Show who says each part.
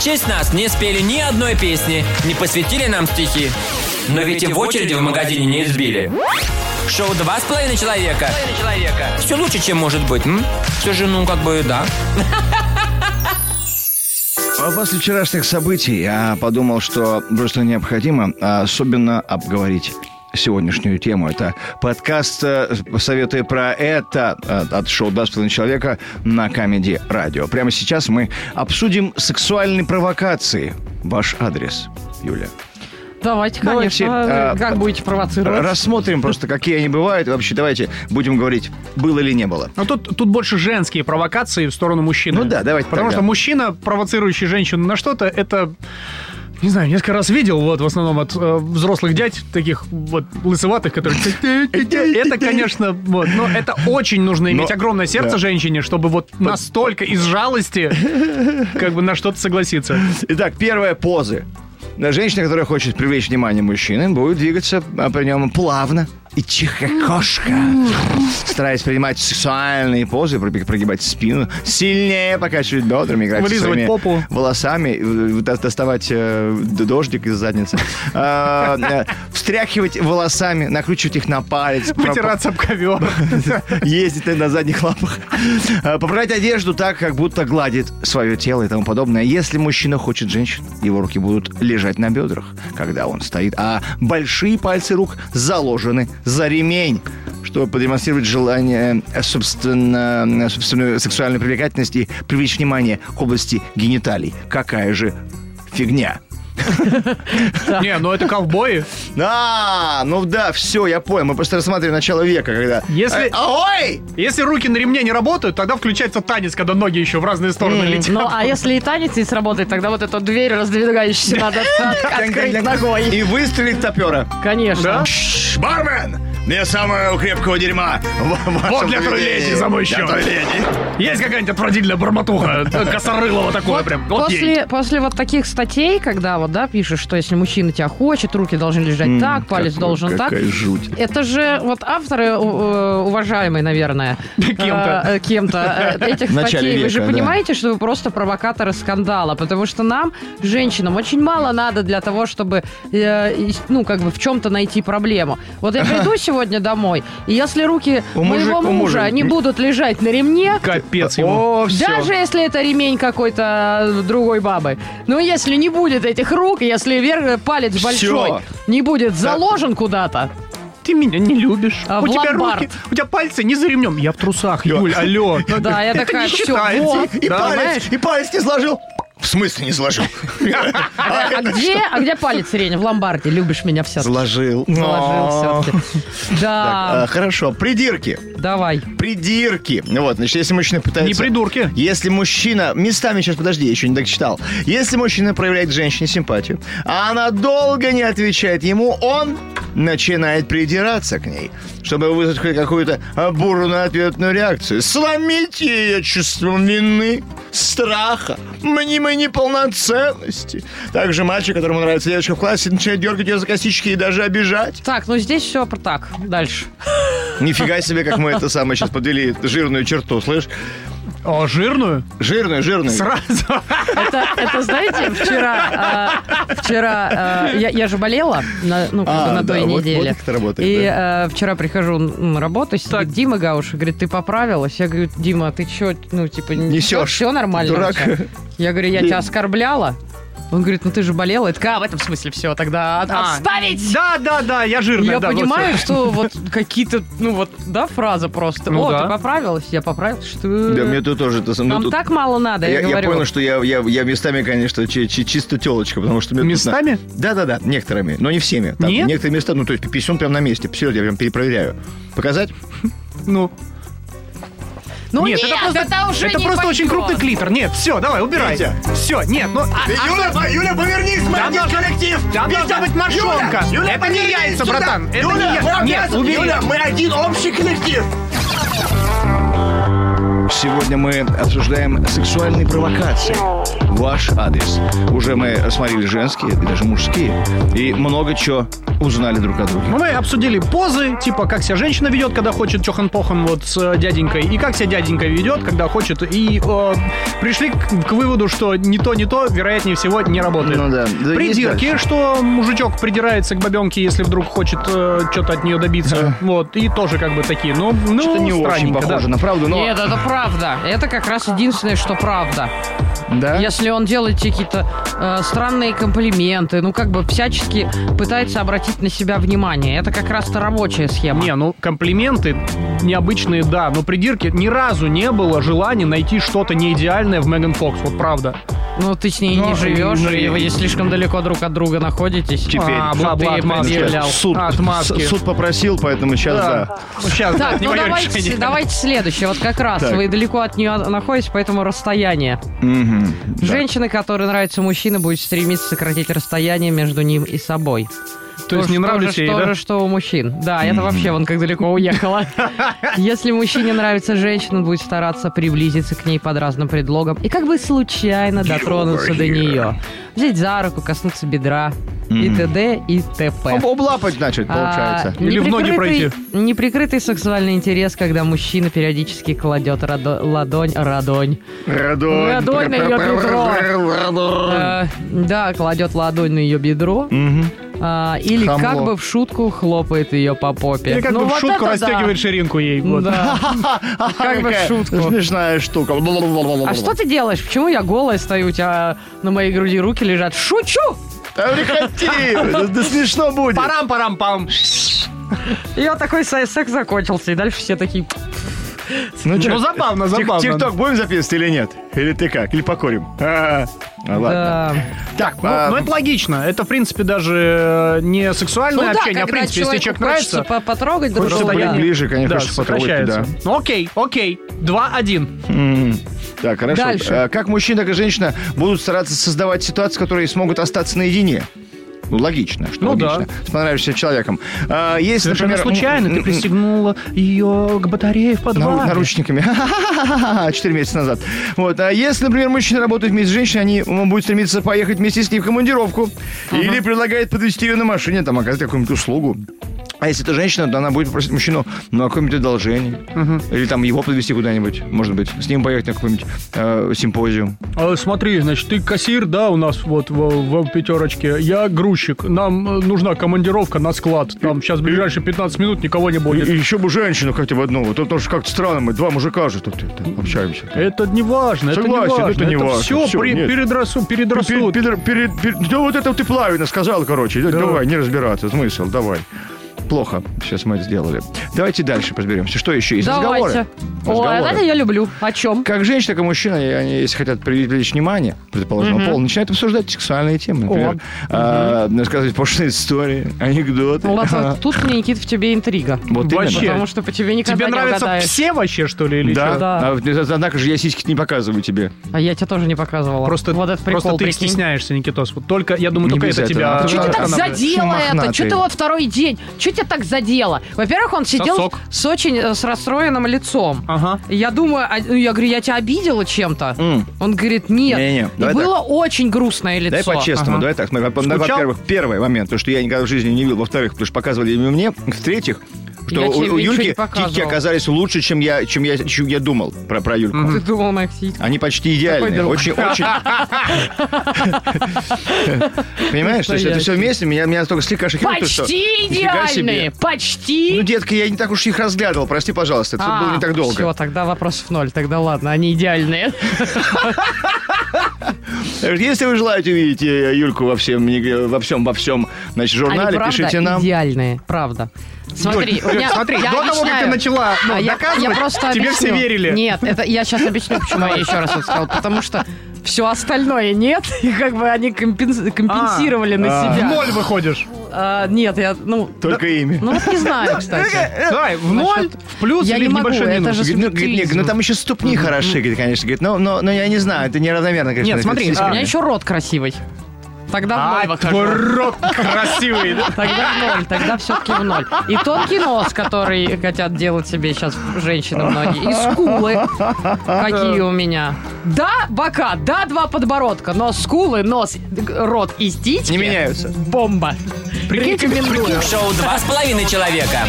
Speaker 1: честь нас не спели ни одной песни, не посвятили нам стихи. Но ведь и в очереди в магазине не избили. Шоу «Два с половиной человека». Все лучше, чем может быть. м? Все же, ну, как бы, да.
Speaker 2: А После вчерашних событий я подумал, что просто необходимо а, особенно обговорить сегодняшнюю тему. Это подкаст э, «Советы про это» э, от шоу «Два с половиной человека» на Камеди Радио. Прямо сейчас мы обсудим сексуальные провокации. Ваш адрес, Юля.
Speaker 3: Давайте,
Speaker 4: Ну,
Speaker 2: Давайте,
Speaker 3: конечно.
Speaker 2: а,
Speaker 3: как будете провоцировать?
Speaker 2: Рассмотрим просто, какие они бывают. Вообще, давайте будем говорить, было или не было.
Speaker 4: Но ну, тут, тут больше женские провокации в сторону мужчины.
Speaker 2: Ну да, давайте
Speaker 4: Потому
Speaker 2: тогда.
Speaker 4: что мужчина, провоцирующий женщину на что-то, это... Не знаю, несколько раз видел, вот, в основном от э, взрослых дядь, таких вот лысоватых, которые... Это, конечно, вот, но это очень нужно иметь
Speaker 2: Но-
Speaker 4: огромное сердце
Speaker 2: да.
Speaker 4: женщине, чтобы вот настолько из жалости как бы на что-то согласиться.
Speaker 2: Итак, первая позы. На Женщина, которая хочет привлечь внимание мужчины, будет двигаться а, при нем плавно и тихо-кошка, стараясь принимать сексуальные позы, прыг- прогибать спину, сильнее покачивать бедрами, играть со
Speaker 4: Вылизывать
Speaker 2: своими
Speaker 4: попу.
Speaker 2: волосами, э, до- доставать э, д- дождик из задницы, А, э, встряхивать волосами, накручивать их на палец, про-
Speaker 4: Вытираться об ковер.
Speaker 2: ездить на задних лапах, А, поправлять одежду так, как будто гладит свое тело и тому подобное. Если мужчина хочет женщин, его руки будут лежать на бедрах, когда он стоит, а большие пальцы рук заложены за ремень, чтобы подемонстрировать желание, э, собственно, э, собственную сексуальную привлекательность и привлечь внимание к области гениталий. Какая же фигня.
Speaker 4: Не, ну это ковбои.
Speaker 2: А, ну да, все, я понял. Мы просто рассматриваем начало века, когда...
Speaker 4: Если-
Speaker 2: А, ой!
Speaker 4: Если руки на ремне не работают, тогда включается танец, когда ноги еще в разные стороны летят.
Speaker 3: Ну, а если и танец не сработает, тогда вот эту дверь раздвигающуюся надо от- открыть ногой.
Speaker 2: И выстрелить топера.
Speaker 3: Конечно.
Speaker 4: Да?
Speaker 2: Шш, бармен! Мне самого крепкого дерьма.
Speaker 4: Вот для той леди за мой счет. Есть какая-нибудь отвратительная бормотуха, э, косорылого такое прям. Вот ей.
Speaker 3: После, после вот таких статей, когда вот, да, пишешь, что если мужчина тебя хочет, руки должны лежать так, палец должен так,
Speaker 2: Какая жуть.
Speaker 3: Это же вот авторы, э, уважаемые, наверное,
Speaker 4: Кем-то.
Speaker 3: э, э, кем-то э, этих
Speaker 2: В начале
Speaker 3: статей. Вы же
Speaker 2: века, да.
Speaker 3: понимаете, что вы просто провокаторы скандала, потому что нам, женщинам, очень мало надо для того, чтобы, э, и- ну, как бы в чем-то найти проблему. Вот я приду сегодня домой, и если руки
Speaker 2: У мужи-
Speaker 3: моего
Speaker 2: у мужа
Speaker 3: мужа, они
Speaker 2: не-
Speaker 3: будут лежать на ремне,
Speaker 4: Капец ему.
Speaker 2: О, все.
Speaker 3: даже если это ремень какой-то э, другой бабы. Ну, если не будет этих рук, если вер- э, палец
Speaker 2: Всё.
Speaker 3: большой не будет заложен куда-то,
Speaker 4: Ты меня не любишь.
Speaker 3: А,
Speaker 4: у
Speaker 3: в
Speaker 4: тебя
Speaker 3: ломбард.
Speaker 4: руки, у тебя пальцы не за ремнем. Я в трусах, Юль, алло.
Speaker 3: Ну да, я
Speaker 4: Это
Speaker 3: такая,
Speaker 4: не
Speaker 3: всё,
Speaker 4: считается.
Speaker 3: вот,
Speaker 2: И,
Speaker 3: да,
Speaker 2: палец,
Speaker 3: понимаешь?
Speaker 2: и палец не сложил. В смысле не сложил?
Speaker 3: А, а где, а где палец сирени? В ломбарде. Любишь меня все.
Speaker 2: Сложил.
Speaker 3: Заложил все-таки.
Speaker 2: Так, э,
Speaker 3: Да,
Speaker 2: Хорошо, придирки.
Speaker 3: давай.
Speaker 2: Придирки. Ну Вот, значит, если мужчина пытается...
Speaker 4: Не придурки.
Speaker 2: Если мужчина... Местами, сейчас, подожди, я еще не дочитал. Если мужчина проявляет женщине симпатию, а она долго не отвечает ему, он начинает придираться к ней, чтобы вызвать хоть какую-то а, бурную ответную реакцию. Сломить ее чувством вины, страха, мнимой неполноценности. Также мальчик, которому нравится девочка в классе, начинает дергать ее за косички и даже обижать.
Speaker 3: Так, ну здесь все так. Дальше.
Speaker 2: Нифига себе, как мы это самое сейчас подвели жирную черту, слышь?
Speaker 4: О, жирную?
Speaker 2: Жирную, жирную.
Speaker 4: Сразу.
Speaker 3: Это, это, знаете, вчера, а, вчера а, я, я же болела на, ну, как
Speaker 2: А,
Speaker 3: бы на той
Speaker 2: да, вот-
Speaker 3: неделе.
Speaker 2: вот как это работает,
Speaker 3: и
Speaker 2: да.
Speaker 3: а, вчера прихожу на работу, сидит
Speaker 4: Так.
Speaker 3: Дима Гауш, и говорит, ты поправилась? Я говорю, Дима, ты что, ну, типа,
Speaker 2: Несешь,
Speaker 3: Все нормально.
Speaker 2: дурак.
Speaker 3: вообще?» Я говорю, я
Speaker 2: Дим.
Speaker 3: тебя оскорбляла? Он говорит, ну ты же болела. Я такая, «А, в этом смысле все, тогда от-
Speaker 4: А.
Speaker 3: отставить!
Speaker 4: Да, да, да, я жирная.
Speaker 3: Я
Speaker 4: да, вот
Speaker 3: понимаю,
Speaker 4: всё.
Speaker 3: что вот какие-то, ну вот, да, фраза просто.
Speaker 4: Ну
Speaker 3: О,
Speaker 4: да.
Speaker 3: ты поправилась, я поправилась, что...
Speaker 2: Да, мне тут тоже... это сам- ну,
Speaker 3: Нам
Speaker 2: тут-
Speaker 3: так мало надо, я,
Speaker 2: я, я
Speaker 3: говорю.
Speaker 2: понял, что я, я, я местами, конечно, чи- чи- чисто телочка, потому что... мне тут на-
Speaker 4: Местами?
Speaker 2: Да-да-да, некоторыми, но не всеми. Там
Speaker 4: Нет?
Speaker 2: Некоторые места, ну, то есть писюн прям на месте. Все, я прям перепроверяю. Показать?
Speaker 4: Ну,
Speaker 3: Ну
Speaker 4: нет, это просто,
Speaker 3: уже
Speaker 4: это
Speaker 3: не
Speaker 4: просто очень
Speaker 3: пойдет.
Speaker 2: Витя.
Speaker 4: Все, нет, ну... а-
Speaker 2: Юля,
Speaker 4: а-
Speaker 2: Юля, повернись,
Speaker 4: Там должна, там должна быть мошонка. это не яйца, братан. Это не я- Нет, убери.
Speaker 2: мы один общий коллектив. Сегодня мы обсуждаем сексуальные провокации. Ваш адрес. Уже мы смотрели женские и даже мужские. И много чего узнали друг о друге.
Speaker 4: Ну, мы обсудили позы, типа, как себя женщина ведет, когда хочет чохан-похан вот с э, дяденькой, и как себя дяденька ведет, когда хочет, и э, пришли к, к выводу, что не то, не то, вероятнее всего, не работает.
Speaker 2: Ну да. Да и не
Speaker 4: Придирки,
Speaker 2: так.
Speaker 4: что мужичок придирается к бабенке, если вдруг хочет что-то от нее добиться. Вот, и тоже как бы такие, ну, ну
Speaker 2: Что-то не очень
Speaker 4: странненько, да.
Speaker 2: похоже на правду, но...
Speaker 3: Нет, это правда. Это как раз единственное, что правда.
Speaker 4: А?
Speaker 2: Да?
Speaker 3: Если он делает тебе какие-то э, странные комплименты, ну как бы всячески пытается обратить на себя внимание. Это как раз-то рабочая схема.
Speaker 4: Не, ну комплименты необычные, да, но придирки ни разу не было желания найти что-то неидеальное в Меган Фокс, вот правда.
Speaker 3: Ну ты с ней
Speaker 4: Ну,
Speaker 3: не живешь,
Speaker 4: ну,
Speaker 3: и вы слишком далеко друг от друга находитесь.
Speaker 2: Теперь.
Speaker 3: А,
Speaker 4: бла-бла,
Speaker 3: чтобы ты
Speaker 4: отмазки.
Speaker 3: предъявлял.
Speaker 2: Суд,
Speaker 4: А, отмазки.
Speaker 2: с- суд попросил, поэтому сейчас да.
Speaker 4: Сейчас, да,
Speaker 3: Так,
Speaker 4: не
Speaker 3: ну
Speaker 4: мое
Speaker 3: давайте,
Speaker 4: решение.
Speaker 3: давайте следующее. Вот как раз
Speaker 2: Так.
Speaker 3: вы далеко от нее находитесь, поэтому расстояние.
Speaker 2: Мгм. Да.
Speaker 3: Женщина, которой нравится мужчина, будет стремиться сократить расстояние между ним и собой.
Speaker 4: То есть
Speaker 3: же-
Speaker 4: не нравлюсь
Speaker 3: же-
Speaker 4: ей,
Speaker 3: то
Speaker 4: да?
Speaker 3: же, что у мужчин. Да, это вообще вон как далеко уехала. Если мужчине нравится женщина, он будет стараться приблизиться к ней под разным предлогом и как бы случайно дотронуться до нее. Взять за руку, коснуться бедра и т.д. и
Speaker 4: А
Speaker 3: т.п.
Speaker 2: Об- Облапать, значит, получается.
Speaker 3: А,
Speaker 4: Или в ноги
Speaker 3: неприкрытый-
Speaker 4: пройти.
Speaker 3: Неприкрытый сексуальный интерес, когда мужчина периодически кладет радо- ладонь, радонь.
Speaker 2: Радонь.
Speaker 3: Радонь на её бедро. Э, да, кладет ладонь на ее бедро.
Speaker 2: Мгм.
Speaker 3: а, или
Speaker 2: Хамло.
Speaker 3: как бы в шутку хлопает ее по попе.
Speaker 4: Или как
Speaker 3: Ну,
Speaker 4: бы в
Speaker 3: вот
Speaker 4: шутку
Speaker 3: это Ну, А
Speaker 4: расстегивает ширинку ей.
Speaker 3: да.
Speaker 4: вот.
Speaker 3: Да. Как бы в
Speaker 2: Какая
Speaker 3: шутку.
Speaker 2: Смешная штука.
Speaker 3: А что ты делаешь? Почему я голая стою, у тебя на моей груди руки лежат? Шучу!
Speaker 2: Да прекрати! Да да смешно будет.
Speaker 3: Ну,
Speaker 4: Парам-парам-пам.
Speaker 3: И вот такой се- секс закончился, и дальше все такие...
Speaker 2: Ну
Speaker 4: Ну, забавно, забавно. Ну,
Speaker 2: Тик-ток будем записывать или нет? Или ты как? Или покурим? А, а, Ладно.
Speaker 3: да.
Speaker 2: Так,
Speaker 4: Ну,
Speaker 2: а,
Speaker 4: ну, это логично. Это, в принципе, даже э, не
Speaker 3: Ну
Speaker 4: сексуальное общение, а, в принципе, если человек
Speaker 3: хочется
Speaker 4: нравится...
Speaker 3: по- потрогать,
Speaker 4: хочется
Speaker 3: друг друга,
Speaker 2: быть
Speaker 3: да.
Speaker 2: ближе, конечно,
Speaker 4: Да,
Speaker 2: хочется потрогать, да.
Speaker 4: сокращается. Ну, окей, окей. 2-1.
Speaker 2: М. Так, хорошо.
Speaker 3: Дальше.
Speaker 2: А, Как мужчина, так и женщина будут стараться создавать ситуации, в которые смогут остаться наедине. Ну, логично, что
Speaker 4: Ну
Speaker 2: логично. С понравившимся человеком. А, Если,
Speaker 4: Совершенно
Speaker 2: например,
Speaker 4: случайно
Speaker 2: м- м-
Speaker 4: ты
Speaker 2: м-
Speaker 4: пристегнула ее к батарее
Speaker 2: нару-
Speaker 4: в подвале.
Speaker 2: наручниками. Четыре месяца назад. Вот. А если, например, мужчина работает вместе с женщиной, они он будет стремиться поехать вместе с ней в командировку. Или предлагает подвести ее на машине, там, оказать какую-нибудь услугу. А если это женщина, то она будет просить мужчину на какое-нибудь одолжение. Или там его подвести куда-нибудь, может быть. С ним поехать на какой-нибудь э, симпозиум.
Speaker 4: А, Смотри, значит, ты кассир, да, у нас вот в, в пятерочке. Я грузчик. Нам э, нужна командировка на склад. Там сейчас ближайшие 15 минут никого не
Speaker 2: И
Speaker 4: будет.
Speaker 2: еще бы женщину хотя бы одну. Вот, потому что как-то странно, мы два мужика же тут это, общаемся.
Speaker 4: Это не важно, это не
Speaker 2: Согласен,
Speaker 4: важно.
Speaker 2: это не важно.
Speaker 4: все,
Speaker 2: Всё, нет.
Speaker 4: передрасу,
Speaker 2: Пе-
Speaker 4: передрастут.
Speaker 2: педр- пере- пер- Да вот это ты плавно сказал, короче. Да Давай, не разбираться, смысл, давай. Плохо, сейчас мы это сделали. Давайте дальше разберемся. Что еще есть?
Speaker 3: Давайте.
Speaker 2: Разговоры.
Speaker 3: О,
Speaker 2: Разговоры.
Speaker 3: это я люблю. О чем?
Speaker 2: Как женщина, так и мужчина, и они, если хотят привлечь внимание предположенного пола, начинают обсуждать сексуальные темы. Например, а, рассказывать пошлые истории, анекдоты.
Speaker 3: Вот, вот Тут мне, Никит, в тебе интрига.
Speaker 2: Вот именно.
Speaker 4: Вообще.
Speaker 3: Потому что по тебе никогда
Speaker 4: Тебе
Speaker 3: не
Speaker 4: нравятся
Speaker 3: угадаешь.
Speaker 4: все вообще, что ли, или
Speaker 2: Да.
Speaker 4: чё?
Speaker 3: Да.
Speaker 2: А вот, Однако же я сиськи не показываю тебе.
Speaker 3: А я тебя тоже не показывала.
Speaker 4: Просто,
Speaker 3: вот этот прикол,
Speaker 4: просто ты
Speaker 3: прикинь.
Speaker 4: стесняешься, Никитос. Вот только, я думаю,
Speaker 2: Не
Speaker 4: только
Speaker 2: без
Speaker 4: это
Speaker 2: этого.
Speaker 4: тебя...
Speaker 2: А чё
Speaker 3: Че
Speaker 2: Да,
Speaker 3: тебя так
Speaker 2: она-
Speaker 3: задело это?
Speaker 2: мохнатый.
Speaker 3: Че ты вот второй день? Че тебя так задело? Во-первых, он сидел
Speaker 4: Сосок.
Speaker 3: с очень э, с расстроенным лицом.
Speaker 4: Ага.
Speaker 3: И Я думаю, а, ну, я говорю, я тебя обидела чем-то.
Speaker 2: М.
Speaker 3: Он говорит, нет.
Speaker 2: Не-не-не,
Speaker 3: И
Speaker 2: давай
Speaker 3: было очень грустное лицо.
Speaker 2: Давай по-честному,
Speaker 4: Ага.
Speaker 2: давай так. Смотри, во- во-
Speaker 4: Скучал?
Speaker 2: во-первых, первый момент, то, что я никогда в жизни не видел. Во-вторых, потому что показывали именно мне. В-третьих, что
Speaker 3: Я
Speaker 2: у,
Speaker 3: тебе
Speaker 2: у
Speaker 3: ничего не
Speaker 2: Юльки
Speaker 3: показывала.
Speaker 2: титьки оказались лучше, чем я, чем я, чем я думал про, про Юльку.
Speaker 3: Ты думал, Максим?
Speaker 2: Они почти идеальные.
Speaker 3: друг.
Speaker 2: Очень, очень. Понимаешь, то есть это
Speaker 3: Настоящий.
Speaker 2: все вместе, меня, меня только слегка шокирует. то, что-
Speaker 3: Почти
Speaker 2: Нифига себе.
Speaker 3: идеальные! Почти!
Speaker 2: Ну, детка, я не так уж их разглядывал, прости, пожалуйста, это было не так долго.
Speaker 3: Все, А, тогда вопросов ноль. Тогда ладно, они идеальные.
Speaker 2: Если вы желаете увидеть э, Юльку во всем, э, во всем, во всем, значит, журнале,
Speaker 3: Они А правда
Speaker 2: пишите нам.
Speaker 3: идеальные, правда. Смотри,
Speaker 4: Юль,
Speaker 3: у меня-
Speaker 4: смотри,
Speaker 3: я
Speaker 4: до того, как ты
Speaker 3: объясняю.
Speaker 4: начала ну,
Speaker 3: А я,
Speaker 4: доказывать,
Speaker 3: я просто
Speaker 4: тебе
Speaker 3: объясню.
Speaker 4: все верили.
Speaker 3: Нет, это я сейчас объясню, почему я еще раз это сказала. Потому что все остальное нет, и как бы они компенс- компенсировали на
Speaker 4: В
Speaker 3: себя.
Speaker 4: ноль выходишь.
Speaker 3: А, нет, я, ну,
Speaker 2: Только ими.
Speaker 3: ну вот не знаю, кстати.
Speaker 4: Давай, в ноль, в плюс
Speaker 3: Э, я
Speaker 4: или
Speaker 3: не
Speaker 4: в
Speaker 3: могу,
Speaker 4: небольшой
Speaker 3: это
Speaker 4: минус.
Speaker 3: же
Speaker 2: Говорит, ну, говорит, нет,
Speaker 3: субъективизм.
Speaker 2: ну там еще ступни ну, хороши, говорит, конечно. Говорит, но, но, но я не знаю, это неравномерно, конечно.
Speaker 4: Нет,
Speaker 2: говорит,
Speaker 4: смотри, а,
Speaker 2: с сиськами.
Speaker 3: У меня еще рот красивый. Тогда в ноль выхожу.
Speaker 4: рот красивый, да?
Speaker 3: Тогда в ноль, тогда все-таки в ноль. И тонкий нос, который хотят делать себе сейчас женщины многие. И скулы, какие у меня. Да, бока, да, два подбородка, но скулы, нос, рот и стички...
Speaker 2: Не меняются.
Speaker 3: Бомба. Рекомендую.
Speaker 1: Шоу «Два с половиной человека».